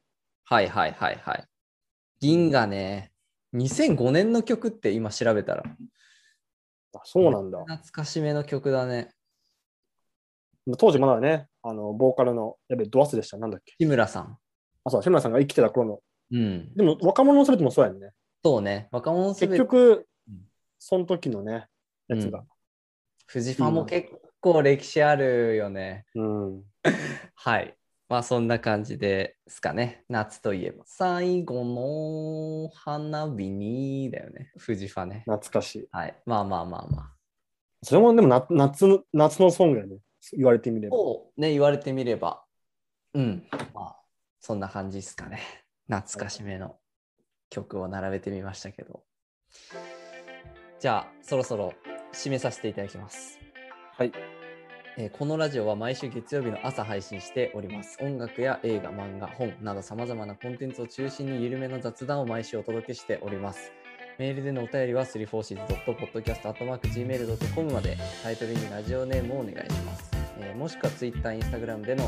Speaker 3: はいはいはいはい。銀河ね、2005年の曲って今調べたら、
Speaker 2: あそうなんだ。
Speaker 3: 懐かしめの曲だね。
Speaker 2: 当時まだね、あの、ボーカルの、やべ、ドアスでした。なんだっけ。
Speaker 3: 日村さん。
Speaker 2: あ、そう、志村さんが生きてた頃の。
Speaker 3: うん。
Speaker 2: でも、若者のすべてもそうやんね。
Speaker 3: そうね、若者すべ
Speaker 2: 結
Speaker 3: て、
Speaker 2: 局
Speaker 3: うん、
Speaker 2: その時のね、やつが。
Speaker 3: フジファンも結構歴史あるよね。
Speaker 2: うん。
Speaker 3: はい。まあそんな感じですかね。夏といえば。最後の花火にだよね。フジファね。
Speaker 2: 懐かしい。
Speaker 3: はい。まあまあまあまあ。
Speaker 2: それもでもな夏の、夏のソングやね。言われてみれば。
Speaker 3: そうね、言われてみれば。うん。まあ、そんな感じですかね。 [LAUGHS] 懐かしめの曲を並べてみましたけど。じゃあ、そろそろ締めさせていただきます。
Speaker 2: はい。
Speaker 3: えーこのラジオは毎週月曜日の朝配信しております。音楽や映画、漫画、本など様々なコンテンツを中心に緩めの雑談を毎週お届けしております。メールでのお便りは 3forces.podcast.gmail.com までタイトルにラジオネームをお願いします。えーもしくは Twitter、Instagram での、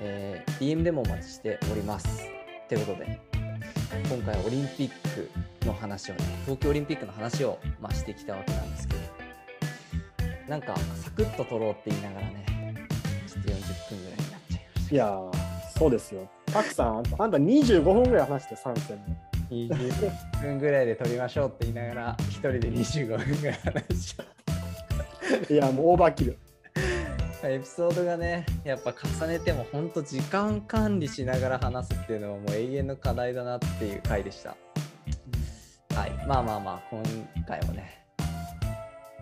Speaker 3: えー DM でもお待ちしております。ということで、今回はオリンピックの話をね、東京オリンピックの話を、まあ、してきたわけなんですけど、なんかサクッと撮ろうって言いながらね、ちょっと40分ぐらいになっちゃいました
Speaker 2: いやー、そうですよ。たくさん、あんた25分ぐらい話して、3戦も。
Speaker 3: 20分ぐらいで撮りましょうって言いながら、一人で25分ぐらい話しちゃっ
Speaker 2: いや、もうオーバーキル。
Speaker 3: た。エピソードがね、やっぱ重ねても、ほんと時間管理しながら話すっていうのは、もう永遠の課題だなっていう回でした。はい、まあまあまあ、今回もね、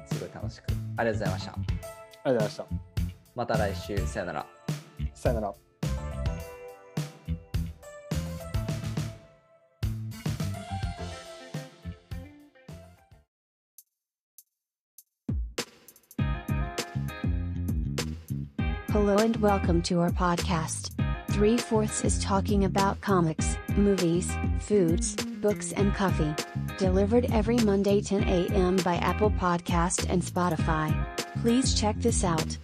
Speaker 3: すごい楽しく、ありがとうございました。
Speaker 2: ありがとうございました。
Speaker 3: また来週、さよなら。
Speaker 2: さよなら。
Speaker 4: Hello and welcome to our podcast. Three Fourths is talking about comics, movies, foods, books, and coffee. Delivered every Monday 10 a.m. by Apple Podcast and Spotify. Please check this out.